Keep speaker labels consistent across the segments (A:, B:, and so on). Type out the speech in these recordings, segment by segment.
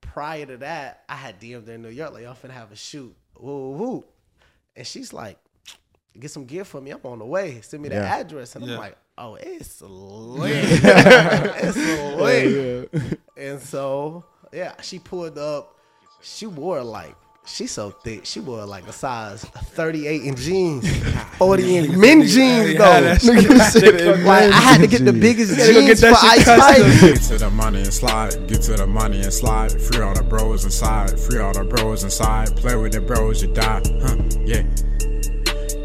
A: prior to that, I had DM'd her in New York, like, y'all finna have a shoot. Woo, woo, woo. And she's like, get some gear for me. I'm on the way. Send me the
B: Yeah.
A: address. And
C: Yeah.
A: I'm like, oh, it's lit. it's lit. And so, yeah, she pulled up. She wore like, she's so thick. She wore like a size 38 in jeans, 40 in men jeans,
C: Yeah,
A: though.
C: that shit-
B: This shit in
A: Like, I had to get the
B: jeans.
A: biggest
B: gotta go
A: jeans
B: get
A: for
B: that
A: Ice
B: shit custom.
A: Spice.
D: Get to the money and slide. Get to the money and slide. Free all the bros inside. Free all the bros inside. Play with the bros, you die. Huh? Yeah.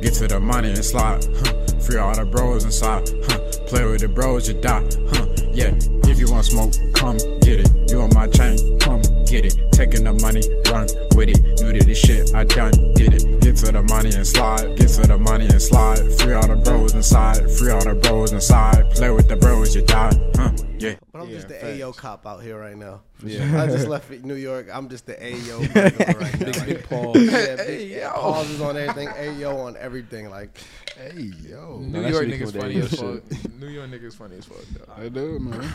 D: Get to the money and slide. Huh? Free all the bros inside. Huh? Play with the bros, you die. Huh? Yeah. If you want smoke, come get it. You on my chain, come get it. Taking the money, run with it. New to this shit, I done did it. Get to the money and slide. Get to the money and slide. Free all the bros inside. Free all the bros inside. Play with the bros, you die. Huh? Yeah.
A: But I'm just the
B: Yeah,
A: AO cop out here right now.
C: Yeah.
A: I just left New York. I'm just the AO motherfucker right now. Like,
C: Big Paul.
A: yeah, big pauses on everything, AO on everything. Like,
E: Hey
C: No,
E: yo, New
C: that
E: York
C: should be
E: niggas
C: cool,
E: funny
C: that
E: as
C: shit.
E: fuck. New York niggas funny as fuck. Though.
B: I do, man.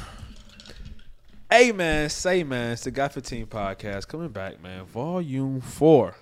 C: Hey man, say man, it's the Got 15 podcast coming back, man. Volume four,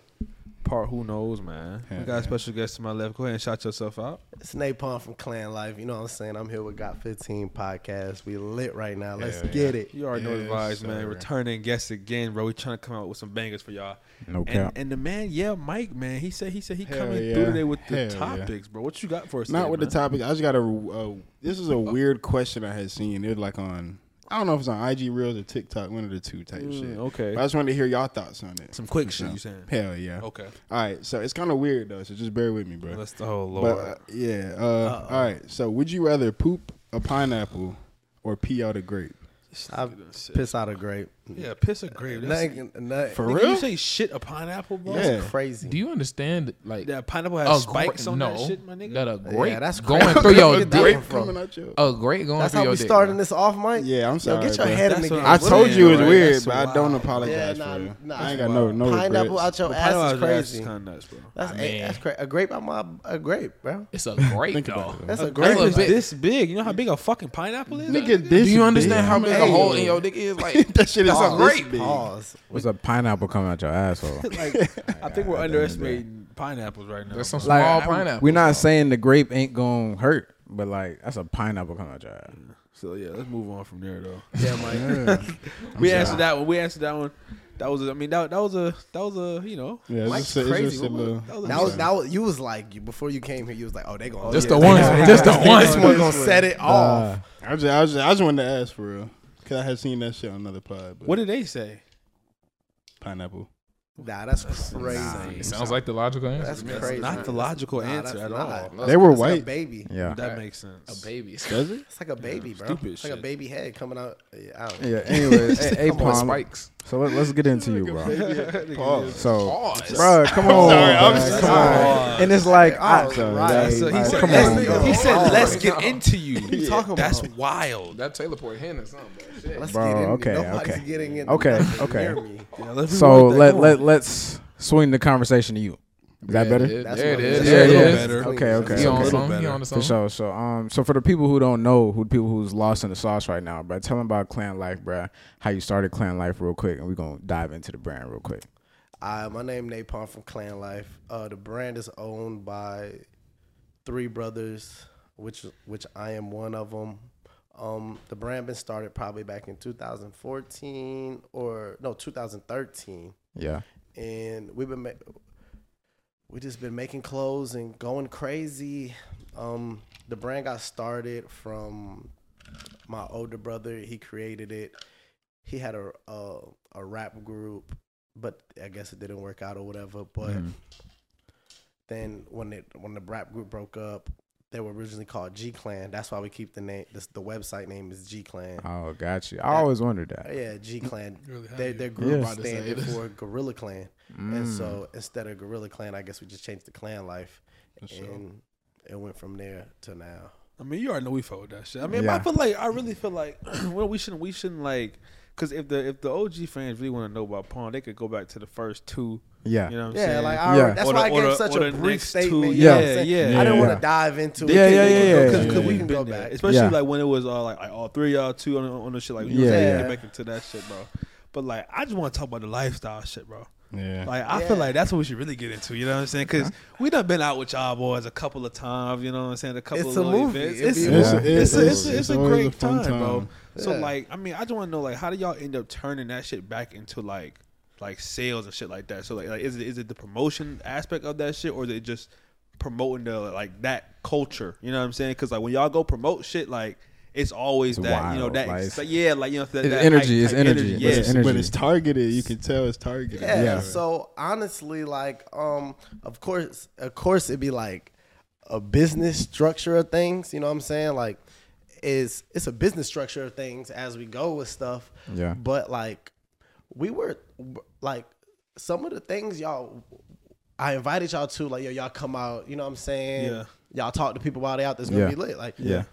C: part who knows, man. we
B: Yeah,
C: got a
B: man.
C: special guest to my left. Go ahead and shout yourself out.
A: it's Napalm from Clan Life. You know what I'm saying? I'm here with Got 15 Podcast. We lit right now. Let's
B: Hell yeah.
A: get it.
C: You already know the
B: Yes,
C: vibes, man.
B: sir.
C: Returning guest again, bro. We trying to come out with some bangers for y'all.
D: No
C: And, and the man, yeah, Mike, man. He said he said he
B: Hell
C: coming
B: yeah.
C: through today with the
B: Hell yeah.
C: topics, bro. What you got for us?
B: Not
C: today,
B: with
C: man?
B: the topic. I just got a. Uh, this is a weird question I had seen. It was like on. I don't know if it's on IG Reels or TikTok, one of the two type
C: Mm,
B: shit.
C: okay.
B: But I just wanted to hear y'all thoughts on it.
C: Some quick shit.
B: So,
C: You saying?
B: Hell yeah.
C: Okay.
B: All right, so it's kind of weird though, so just bear with me, bro.
C: Let's. Oh
B: But
C: lord.
B: uh, yeah, uh, all right. So would you rather poop a pineapple or pee out a grape?
A: I piss out a grape.
C: yeah, piss a grape. That's,
A: Nothing, nothing,
B: For
C: Nigga,
B: real?
C: You say shit a pineapple, bro?
B: Yeah.
A: crazy.
E: Do you understand? Like
C: That pineapple has
E: a
C: spikes
E: gra-
C: on
E: no,
C: that shit, my nigga.
E: that a grape
A: Yeah, that's
E: going
A: crazy.
E: through
A: Where
E: your
A: you get that
E: dick.
A: one from?
B: coming out your.
E: A grape going
A: That's
E: through
A: how
E: your
A: we
E: dick.
A: starting
E: bro.
A: this off, Mike?
B: Yeah, I'm
A: Yo,
B: sorry.
A: get your
B: bro.
A: head in
C: That's
A: the
C: what
A: game.
C: I'm
B: I told you it was
C: Right,
B: weird,
C: that's
B: but I
C: wild.
B: don't apologize
A: Yeah,
B: for
A: nah,
B: you.
A: nah,
B: I ain't got
A: that's
B: no
A: wild.
B: no
A: Pineapple
B: regrets.
A: out your
C: The
A: ass
C: pineapple
A: is
C: ass
A: crazy.
C: kinda nuts, bro.
A: That's,
E: Man.
A: that's crazy. A grape, I'm a, a grape, bro.
E: It's a grape
B: Think
E: though.
B: about it.
A: That's a
C: Grape
A: grape.
C: is
E: big.
C: this big. You know how big a fucking pineapple is?
B: Nigga, this
E: Do you understand
B: big.
E: how big a
A: Hey.
E: hole in your dick is? Like
B: that shit is
E: That's a
B: all this
E: grape.
B: big.
A: Pause.
D: What's a pineapple coming out your asshole?
C: like, I think we're underestimating pineapples right now.
E: that's some
C: bro.
E: small
D: I-
E: pineapple.
D: We're not saying the grape ain't gonna hurt, but like that's a pineapple coming out your ass.
C: So yeah, let's move on from there though.
A: Yeah, Mike.
C: we answered that one. We answered that one. That was, I mean, that that was a that was a you know.
B: Yeah, it's
C: Mike's
B: just a- it's
C: crazy.
B: just a
C: What was-
B: little-
C: that was a-
A: That was, that was you was like you before you came here. You was like, oh, they gonna
E: Just
A: yeah,
E: the
A: they
E: one.
A: gonna-
E: Just the
A: they
E: one.
A: This one gonna set it off.
B: I just, I just, I just wanted to ask for real, cause I had seen that shit on another pod. But
C: What did they say?
B: pineapple?
A: Nah, that's crazy.
E: it sounds like the logical answer.
A: That's
E: to me.
A: crazy.
C: Not the logical
A: Nah,
C: answer
A: that's
C: at
A: not.
C: all.
B: They were
A: It's Like a
B: white.
A: baby.
D: Yeah.
C: That makes sense.
E: A baby.
B: Does it?
A: It's like a baby, bro.
C: stupid
A: it's like a
C: shit.
A: baby head coming out. Yeah, I don't know.
D: Yeah. Anyways, hey, hey
A: Come on,
D: Palm.
E: Spikes.
D: So let, us get into you, bro.
B: Pause.
D: So,
E: Pause.
D: bro, come on,
B: sorry, I'm
D: bruh,
B: sorry.
D: come on. And it's like, I,
A: Alright,
D: like,
C: So he
D: like,
C: said,
D: come
C: let's,
D: on, bro.
C: he said,
A: Oh,
C: "Let's
A: right
C: get
A: now.
C: into you."
A: talking
C: That's
A: about?
C: wild.
E: That Taylor Port Hen or something. bro. Shit.
A: Let's
D: Bro,
A: get in.
D: okay,
A: Nobody's
D: okay.
A: getting in.
D: Okay,
A: nothing
D: okay.
A: near me.
C: Yeah, let's
D: So
C: reword that.
D: let
C: Come
D: let
C: on.
D: let's swing the conversation to you. Is that better?
E: Yeah,
A: That's
E: there it
A: what
E: is.
A: it
E: There
D: is.
E: it
D: Yeah,
E: is.
A: better.
D: Okay, okay,
E: He on
D: okay.
C: little
E: something. He
C: better.
E: on
D: For
E: something.
D: sure. So, um, so for the people who don't know, who people who's lost in the sauce right now, bro, tell them about Clan Life, bro. How you started Clan Life, real quick, and we're gonna dive into the brand real quick.
A: I, my name Napalm from Clan Life. Uh, the brand is owned by three brothers, which which I am one of them. Um, the brand been started probably back in 2014 or no 2013,
D: Yeah.
A: and we've been ma- we just been making clothes and going crazy. Um, the brand got started from my older brother. He created it. He had a a, a rap group, but I guess it didn't work out or whatever. But then when it when the rap group broke up, they were originally called G Clan. That's why we keep the name. This, the website name is G Clan.
D: Oh, got you. I always wondered that.
A: Yeah, G Clan.
E: really have
A: Their,
E: you.
A: their group
D: Yeah. Mm.
A: standing
E: this.
A: for Gorilla Clan, and so instead of Gorilla Clan, I guess we just changed to Clan Life, and it went from there to now.
C: I mean, you already know we fold that shit. I mean,
D: Yeah.
C: I feel like I really feel like well, we shouldn't we shouldn't like because if the if the OG fans really want to know about Pong, they could go back to the first two.
D: Yeah.
C: You know what I'm
A: Yeah,
C: saying?
A: like
D: I
A: I
D: already- Yeah.
A: that's
C: Or the-
A: why I
C: or
A: gave
C: the-
A: such
C: or
A: a
C: the
A: brief
C: next two-
A: statement. you know what I'm
C: yeah,
A: saying?
C: yeah.
A: I didn't want
D: Yeah.
A: to dive into
D: Yeah,
A: it.
D: yeah, yeah, yeah,
A: Because
D: yeah,
A: we
D: yeah.
A: can go back.
C: especially
D: Yeah.
C: like when it was all like, like all three of y'all two on, on the shit. Like, you know what I'm
D: Yeah.
C: saying?
A: Yeah.
C: Get back into that shit, bro. But like, I just want to talk about the lifestyle shit, bro.
B: Yeah.
C: Like, I feel like that's what we should really get into. You know what I'm saying? Because we done been out with y'all boys a couple of times. You know what I'm saying? A couple
A: It's
C: of
A: a
C: little
A: movie.
C: events.
A: It'd
C: It's,
A: be
C: it's,
A: a
C: a,
A: movie.
C: it's, a,
B: It's
C: it's, a, it's a
B: always
C: great
B: a
C: time,
B: fun
C: bro.
B: time.
C: So
A: Yeah.
C: like, I mean, I just want to know like, how do y'all end up turning that shit back into like, like sales and shit like that? So like, like is it is it the promotion aspect of that shit, or is it just promoting the like that culture? You know what I'm saying? Because like when y'all go promote shit, like it's always
D: It's
C: that you know
D: wild,
C: that
D: like-
C: like, yeah, like you know that,
D: It's
C: that
D: energy,
C: hype
D: it's
C: type
D: energy, but
C: yeah.
D: it's energy.
B: But it's targeted. You can tell it's targeted.
A: Yeah.
D: Yeah.
A: So honestly, like, um, of course, of course, it'd be like a business structure of things. You know what I'm saying? Like, is it's a business structure of things as we go with stuff.
D: Yeah.
A: But like, we were like some of the things y'all. I invited y'all to like yo, y'all come out. You know what I'm saying?
C: Yeah.
A: Y'all talk to people while they out. That's gonna
D: Yeah.
A: be lit. Like,
D: Yeah.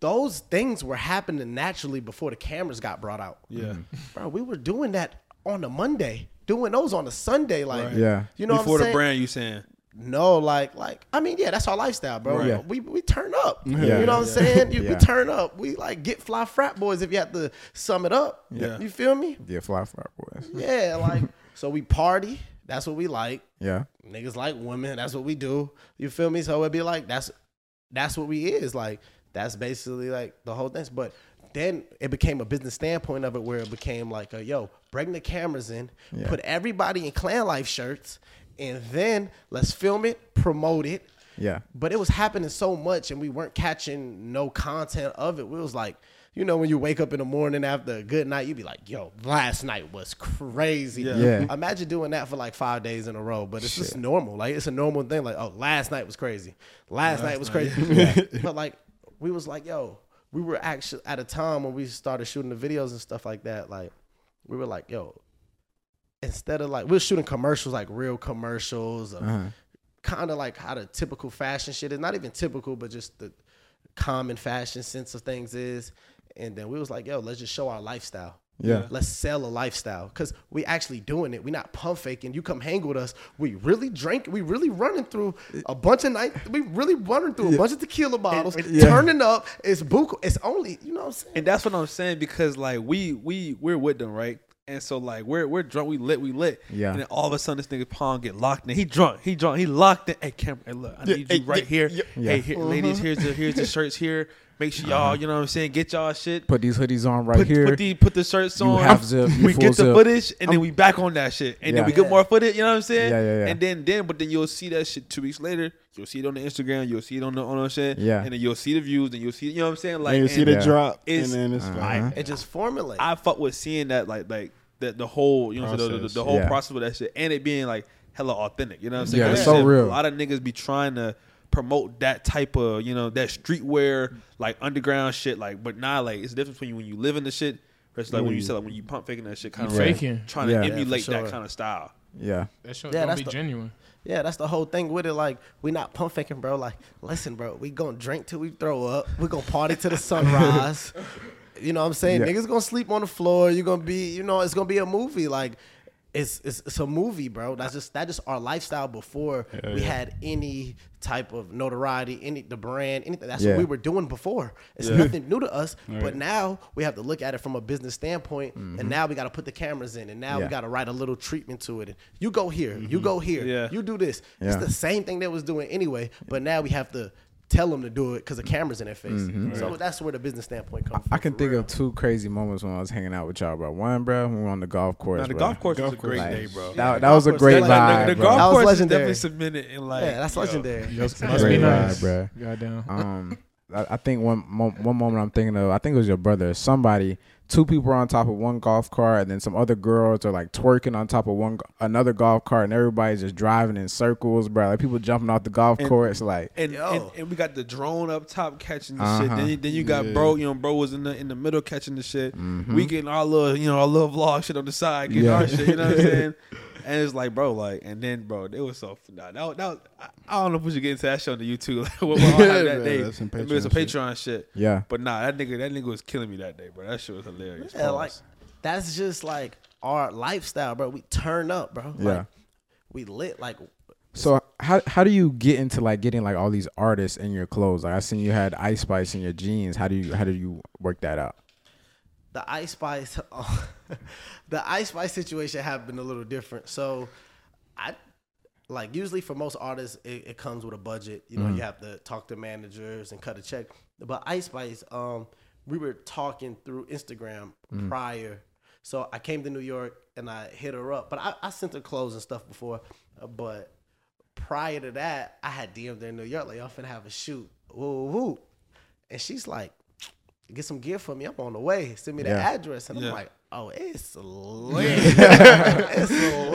A: those things were happening naturally before the cameras got brought out.
C: Yeah.
A: Bro, we were doing that on a Monday, doing those on a Sunday, like
D: Yeah.
A: you know what
C: Before
A: I'm
C: the
A: saying?
C: brand, you saying?
A: No, like like I mean, yeah, that's our lifestyle, bro.
D: Right. Yeah.
A: We we turn up.
D: Yeah.
A: You know what I'm saying? You,
D: Yeah.
A: We turn up. We like get fly frat boys if you have to sum it up.
C: Yeah.
A: You feel me?
D: Yeah, fly fly boys.
A: Yeah, like so we party. That's what we like.
D: Yeah.
A: Niggas like women. That's what we do. You feel me? So it'd be like that's that's what we is like. That's basically like the whole thing. But then it became a business standpoint of it, where it became like, a, yo, bring the cameras in,
D: Yeah.
A: put everybody in Clan Life shirts, and then let's film it, promote it.
D: Yeah.
A: But it was happening so much, and we weren't catching no content of it. We was like, you know, when you wake up in the morning after a good night, you'd be like, yo, last night was crazy.
D: Yeah.
A: Imagine doing that for like five days in a row, but it's just normal. Like it's a normal thing. Like, oh, last night was crazy. Last, night was crazy. Yeah. but like we was like, yo, we were actually at a time when we started shooting the videos and stuff like that. Like we were like, yo, instead of like we were shooting commercials, like real commercials,
D: Uh-huh.
A: of kind of like how the typical fashion shit is. Not even typical, but just the common fashion sense of things is. And then we was like, yo, let's just show our lifestyle.
D: Yeah.
A: Let's sell a lifestyle because we actually doing it. We not pump faking. You come hang with us. We really drink. We really running through a bunch of night. We really running through a bunch of tequila bottles.
D: yeah.
A: Turning up. It's buku. It's only. You know what I'm saying?
C: And that's what I'm saying because like we we we're with them, right? And so like we're we're drunk, we lit, we lit.
D: Yeah.
C: And then all of a sudden this nigga Pong get locked in. He drunk, he drunk, he locked in. Hey camera, hey look, I need you right here. Hey here,
D: Uh-huh.
C: ladies, here's the here's the shirts here. Make sure y'all, you know what I'm saying, get y'all shit.
D: Put these hoodies on right
C: Put,
D: here.
C: put the put the shirts on.
D: have zip, you
C: we
D: full
C: get the
D: zip.
C: footage, and then we back on that shit, and then
D: Yeah.
C: we get more footage. You know what I'm saying?
D: Yeah, yeah, yeah.
C: And then then, but then you'll see that shit two weeks later. You'll see it on the Instagram. You'll see it on the on the shit.
D: Yeah.
C: And then you'll see the views, and you'll see you know what I'm saying. Like
B: And you see the
D: Yeah.
B: drop,
C: It's-
B: and then it's like,
A: It just formulate.
C: I fuck with seeing that like like the the whole you know what I'm saying, the, the, the
B: Process.
C: whole
D: Yeah.
C: process with that shit and it being like hella authentic. You know what I'm saying?
D: Yeah,
C: 'Cause
D: it's
C: like I
D: so
C: said,
D: real.
C: A lot of niggas be trying to promote that type of you know that streetwear like underground shit like but nah like it's different between when you live in the shit versus like when you sell when you pump faking that shit kind of
E: You faking.
C: like, trying to
D: Yeah. Yeah, for
C: emulate that
A: sure.
C: kind of style.
D: yeah.
E: That show
A: Yeah,
E: don't
A: that's
E: be
A: the-
E: genuine.
A: Yeah, that's the whole thing with it. Like, we not pump faking, bro. Like, listen, bro, we gonna drink till we throw up. We gonna party till the sunrise. You know what I'm saying?
D: Yeah.
A: Niggas gonna sleep on the floor. You gonna be, you know, it's gonna be a movie. Like, it's it's, it's a movie, bro. That's just that just our lifestyle before we had any type of notoriety, any the brand, anything. That's
D: Yeah.
A: what we were doing before. It's nothing new to us, but now we have to look at it from a business standpoint, and now we got to put the cameras in, and now
D: Mm-hmm. Yeah. Mm-hmm.
A: we got to write a little treatment to it. And you go here, you go here,
C: Yeah.
A: you do this.
D: Yeah.
A: It's the same thing that was doing anyway, but now we have to tell them to do it because the camera's in their face. So that's where the business standpoint comes from.
D: Mm-hmm. I can
A: for
D: think
A: real.
D: of two crazy moments when I was hanging out with y'all, bro. One, bro, when we were on the golf course.
C: Now the
D: bro.
C: golf course was a
B: course.
C: great
D: Like,
C: day, bro.
D: That, that
A: golf
D: was a
A: course,
D: great
A: that-
D: vibe.
A: that-
C: the, the
D: bro.
C: golf
A: That was
C: course
A: legendary.
C: is definitely submitted in like
A: Yeah, that's
C: yo,
A: legendary.
E: Must be
D: Great
E: nice,
D: vibe,
E: Goddamn.
D: Um, I, I think one mo- one moment I'm thinking of, I think it was your brother, or somebody. Two people were on top of one golf cart, and then some other girls are like twerking on top of one go- another golf cart, and everybody's just driving in circles, bro. Like people jumping off the golf course, like
C: and,
A: Yo.
C: and and we got the drone up top catching the shit.
D: Uh-huh.
C: Then, you- then you got bro, you know, bro was in the in the middle catching the shit.
B: Mm-hmm.
C: We getting our little, you know, our little vlog shit on the side, getting
D: Yeah.
C: our shit. You know what I'm saying? And it's like, bro, like, and then, bro, it was so. Nah, that, was- that was, I, I don't know if we should get into that shit on the YouTube. Like, what we all
B: Yeah,
C: had that
B: bro,
C: day?
B: that's some
C: It was a
B: Patreon shit.
C: Patreon shit.
D: Yeah.
C: But nah, that nigga, that nigga was killing me that day, bro. That shit was hilarious.
A: Yeah, like
C: Pause.
A: that's just like our lifestyle, bro. We turn up, bro.
D: Yeah.
A: Like, we lit like
D: So how how do you get into like getting like all these artists in your clothes? Like I seen you had Ice Spice in your jeans. How do you how do you work that out?
A: the Ice Spice. Oh, the Ice Spice situation happened a little different. So I like usually for most artists it, it comes with a budget. You know, you have to talk to managers and cut a check. But Ice Spice, um, we were talking through Instagram prior. So I came to New York and I hit her up. But I, I sent her clothes and stuff before. uh, But prior to that, I had DM'd her in New York, like, y'all finna have a shoot. Woo, woo, woo. And she's like, get some gear for me. I'm on the way. Send me the
D: Yeah.
A: address. And
C: Yeah.
A: I'm like, oh, it's late. it's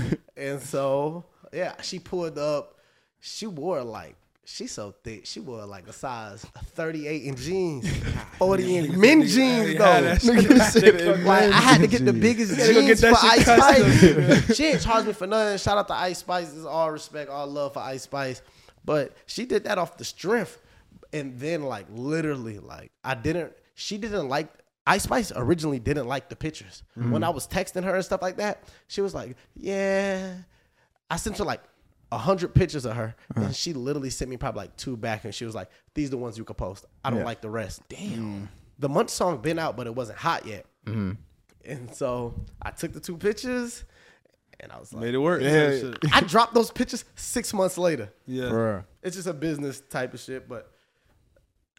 A: late. And so, yeah, she pulled up. She wore like, she's so thick. She wore like a size 38 in jeans, 40 in men jeans, though. Like I had to get the biggest
C: gotta go
A: jeans
C: get that
A: for
C: shit
A: Ice
C: custom.
A: Spice. she ain't charged me for nothing. Shout out to Ice Spice. It's all respect, all love for Ice Spice. But she did that off the strength, and then like literally, like I didn't. She didn't like. Ice Spice originally didn't like the pictures. When I was texting her and stuff like that, she was like, "Yeah." I sent her like a hundred pictures of her,
C: Uh-huh.
A: and she literally sent me probably like two back, and she was like, "These the ones you could post. I don't like the rest."
C: Mm.
A: Damn. The month song been out, but it wasn't hot yet.
C: Mm-hmm.
A: And so I took the two pictures and I was like,
C: Made it work.
B: Yeah.
C: Shit.
A: I dropped those pictures six months later.
C: Yeah.
D: Bruh.
A: It's just a business type of shit, but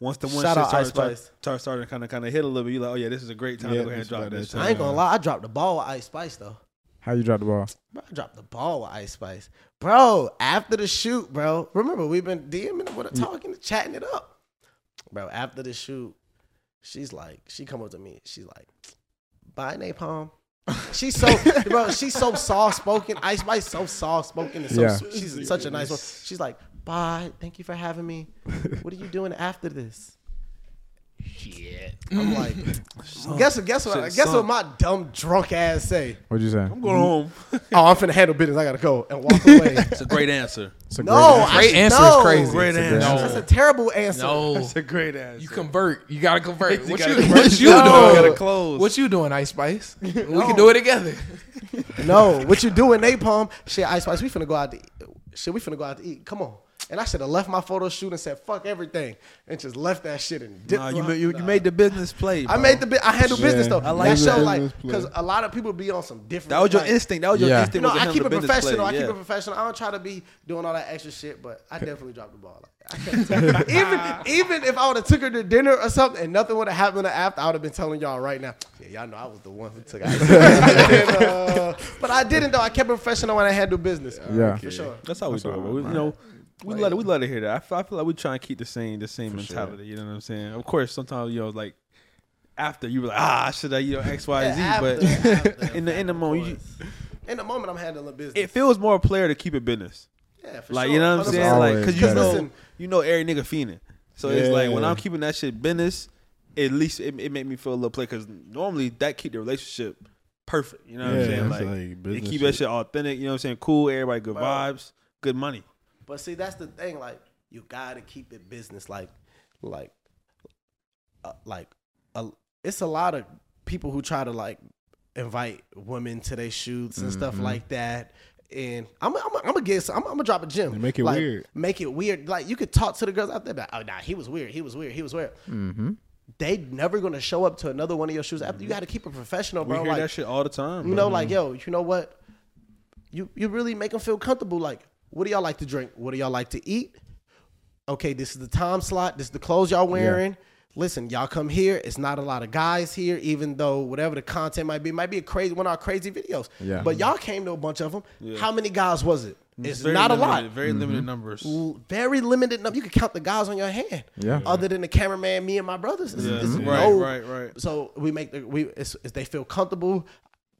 C: Once the one
A: Shout
C: shit
A: out
C: started,
A: Ice
C: started,
A: Spice.
C: started, started kind of kind of hit a little bit, you like, oh yeah, this is a great time
B: Yeah,
C: to go ahead and
B: this
C: drop
B: about
C: this.
B: that
C: shit.
A: I ain't gonna lie, I dropped the ball with Ice Spice though.
D: How you drop the ball?
A: Bro, I dropped the ball with Ice Spice. Bro, after the shoot, bro, remember we've been DMing with her talking, chatting it up. Bro, after the shoot, she's like, she come up to me, she's like, bye napalm. She's so bro, she's so soft spoken. Ice Spice so soft spoken and so
D: Yeah.
A: sweet. she's such a nice one. She's like, bye, thank you for having me. What are you doing after this? Shit. I'm like, guess what? Guess what?
C: Shit,
A: guess what?
C: son.
A: My dumb drunk ass say.
D: What'd you say?
C: I'm going home.
A: Oh, I'm finna handle business. I gotta go and walk away.
C: It's a great answer.
D: It's a
A: no,
D: great-
A: I-
E: Great answer
A: no.
E: is crazy.
C: Great answer.
A: That's a
E: No,
A: terrible answer.
E: no.
C: It's a great answer.
E: You convert. You gotta convert. What
C: gotta
E: you,
C: convert.
E: what you
C: No. You
E: doing?
C: gotta close.
E: What you doing, Ice Spice? We can do it together.
A: No, what you doing, Napalm? Shit, Ice Spice, we finna go out to eat. Shit, we finna go out to eat. Come on. And I should have left my photo shoot and said fuck everything and just left that shit and dipped.
C: Nah, you,
A: right-
C: ma- you, you
A: Nah.
C: made the business play.
A: I
C: bro.
A: made the bi- I handle business though.
B: I
A: I
B: like
A: like that
B: that.
A: show, like,
B: Business play.
A: because a lot of people be on some different.
C: That was your
A: like-
C: instinct. That was your
D: Yeah.
C: instinct.
A: No,
C: was to
A: I
C: handle
A: keep
C: the
A: it
C: business
A: professional.
C: play,
A: I keep
C: yeah.
A: it professional. I don't try to be doing all that extra shit, but I definitely dropped the ball. Like, I can't tell you. even even if I would have took her to dinner or something and nothing would have happened after, I would have been telling y'all right now. Yeah, y'all know I was the one who took out. uh, but I didn't though. I kept it professional when I had to do business.
D: Yeah.
A: for sure.
C: That's how we do it. bro. We, you know, we let we let it hear that. I feel, I feel like we try and keep the same the same mentality. You know what I'm saying? Of course, sometimes you know like after you were like ah should I you know X Y Z, but in the in the moment you,
A: in the moment, I'm handling business.
C: it feels more player to keep it business.
A: yeah, for
C: Like
A: sure.
C: you know what I'm
A: 100%.
C: saying? Like
D: always
C: because you
D: better.
C: know
A: Listen.
C: you know every nigga fiending. So it's like when
B: Yeah.
C: I'm keeping that shit business, at least it, it make me feel a little play because normally that keep the relationship perfect. You know what
B: Yeah,
C: I'm saying?
B: it's
C: Like,
B: like
C: they
B: business
C: keep that
B: shit.
C: shit authentic. You know what I'm saying? Cool, everybody, good vibes, good money.
A: But see, that's the thing. Like, you gotta keep it business. Like, like, uh, like, uh, it's a lot of people who try to like invite women to their shoots and stuff like that. And I'm, I'm, I'm gonna get, I'm, I'm gonna drop a gym.
B: make it
A: Like,
B: weird.
A: Make it weird. Like, you could talk to the girls out there. But, oh, nah, he was weird. He was weird. He was weird. They never gonna show up to another one of your shoots. After you got to keep it professional,
C: We
A: bro.
C: hear
A: like,
C: that shit all the time.
A: you
C: bro.
A: know,
D: Mm-hmm.
A: like, yo, you know what? You you really make them feel comfortable. Like, what do y'all like to drink? What do y'all like to eat? Okay, this is the time slot. This is the clothes y'all wearing. Listen, y'all come here. It's not a lot of guys here, even though whatever the content might be, it might be a crazy one of our crazy videos.
D: Yeah.
A: But y'all came to a bunch of them. How many guys was it? It's
C: Very
A: not a
C: limited-
A: lot.
C: Very limited numbers.
A: Very limited number. You can count the guys on your hand.
D: Yeah.
A: Other than the cameraman, me and my brothers. It's-
C: Yeah.
A: it's
C: Mhm.
A: no-
C: Right, right, right.
A: So we make the we it's, if they feel comfortable.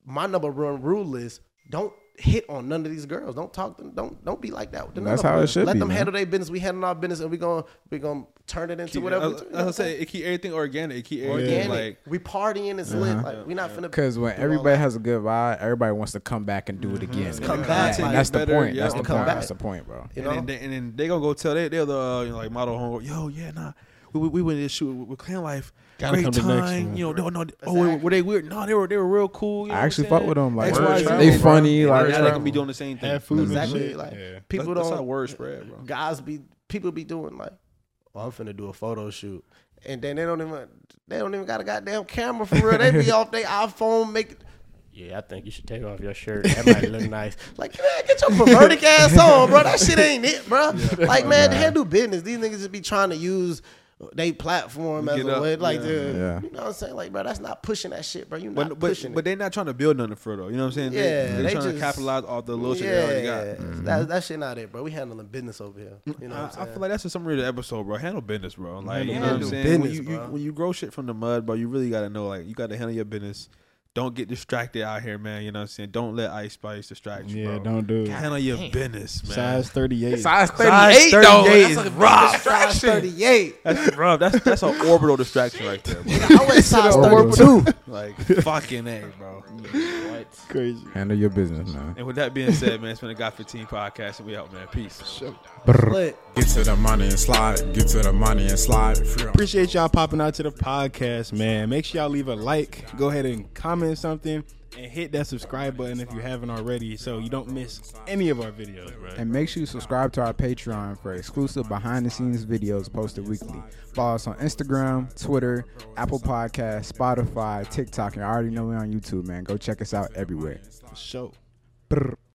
A: My number one rule is don't hit on none of these girls. Don't talk to them. Don't don't be like that. with none
D: That's
A: of them.
D: how it should
A: Let
D: be,
A: them
D: man.
A: handle their business. We handle our business, and we gonna we gonna turn it into whatever.
C: As, as I say, it keep everything organic. It keep everything
A: Organic.
C: like
A: we partying. It's lit. Like we not finna.
D: Because Uh-huh. when everybody has a good vibe, everybody wants to come back and do it again.
A: come
D: Like,
A: back,
D: that-
A: like,
D: That's the
C: better,
D: point.
C: yeah,
D: That's the
A: and come
D: point.
A: back.
D: That's the point, bro.
A: you know.
C: And, then, and then they gonna go tell they they the uh, you know, like model home. Yo, yeah, nah, we we, we went to shoot with, with Clan Life.
B: Gotta
C: Great
B: come to the next
C: time,
B: one.
C: you know. No, no. Oh, were, were they weird? No, they were they were real cool. You know
D: I
C: what
D: actually
C: I'm
D: fuck with them. Like
C: X, Y, Z,
D: they
C: bro.
D: funny.
C: saying?
D: Like
C: Now they can be doing the same thing.
B: Have food
A: Exactly.
B: and shit.
A: Like
B: yeah.
A: people
C: that's,
A: don't
C: that's how word spread, bro.
A: guys be people be doing like, oh, I'm finna do a photo shoot. and then they don't even they don't even got a goddamn camera for real. They be off their iPhone make
F: Yeah, I think you should take off your shirt. That might look nice.
A: like man, get your pervertic ass on, bro. That shit ain't it, bro. Like man, they do business. These niggas just be trying to use they platform as
C: Get
A: a
C: up,
A: way, like
C: yeah.
A: to-
D: Yeah.
A: you know what I'm saying? Like, bro, that's not pushing that shit, bro. You not
C: But but,
A: pushing
C: but
A: it.
C: they're not trying to build nothing for though. You know what I'm saying?
A: Yeah,
C: they, are
A: they
C: trying
A: just-
C: to capitalize off the little shit they already got.
A: yeah, that that shit not it, bro. We handling business over here. You know, what I'm
C: I, I
A: saying?
C: feel like that's a summary of the episode, bro. Handle business, bro. Like you know what I'm
A: Handle
C: saying. when,
A: business,
C: you, you,
A: bro.
C: when you grow shit from the mud, bro, you really gotta know. Like you gotta handle your business. Don't get distracted out here, man. You know what I'm saying. Don't let Ice Spice distract you,
B: Yeah,
C: bro.
B: don't do it.
C: handle your business, man.
B: Size 38.
E: Size 38,
C: Size
E: though.
C: 38
E: That's
C: is
E: a
C: rough.
A: Size 38.
C: That's rough. That's that's an orbital distraction right there, bro.
A: I went size
D: Orbital.
A: 32.
C: Like fucking a, bro.
B: crazy.
D: Handle your business, man.
C: And with that being said, man, it's been a Got 15 podcast, and we out, man. Peace.
A: But
G: Get to the money and slide. Get to the money and slide. Free on
B: Appreciate y'all popping out to the podcast, man. Make sure y'all leave a like, go ahead and comment something, and hit that subscribe button if you haven't already so you don't miss any of our videos, bro.
D: And make sure you subscribe to our Patreon for exclusive behind the scenes videos posted weekly. Follow us on Instagram, Twitter, Apple Podcasts, Spotify, TikTok, and I already know we're on YouTube, man. Go check us out everywhere.
B: Show.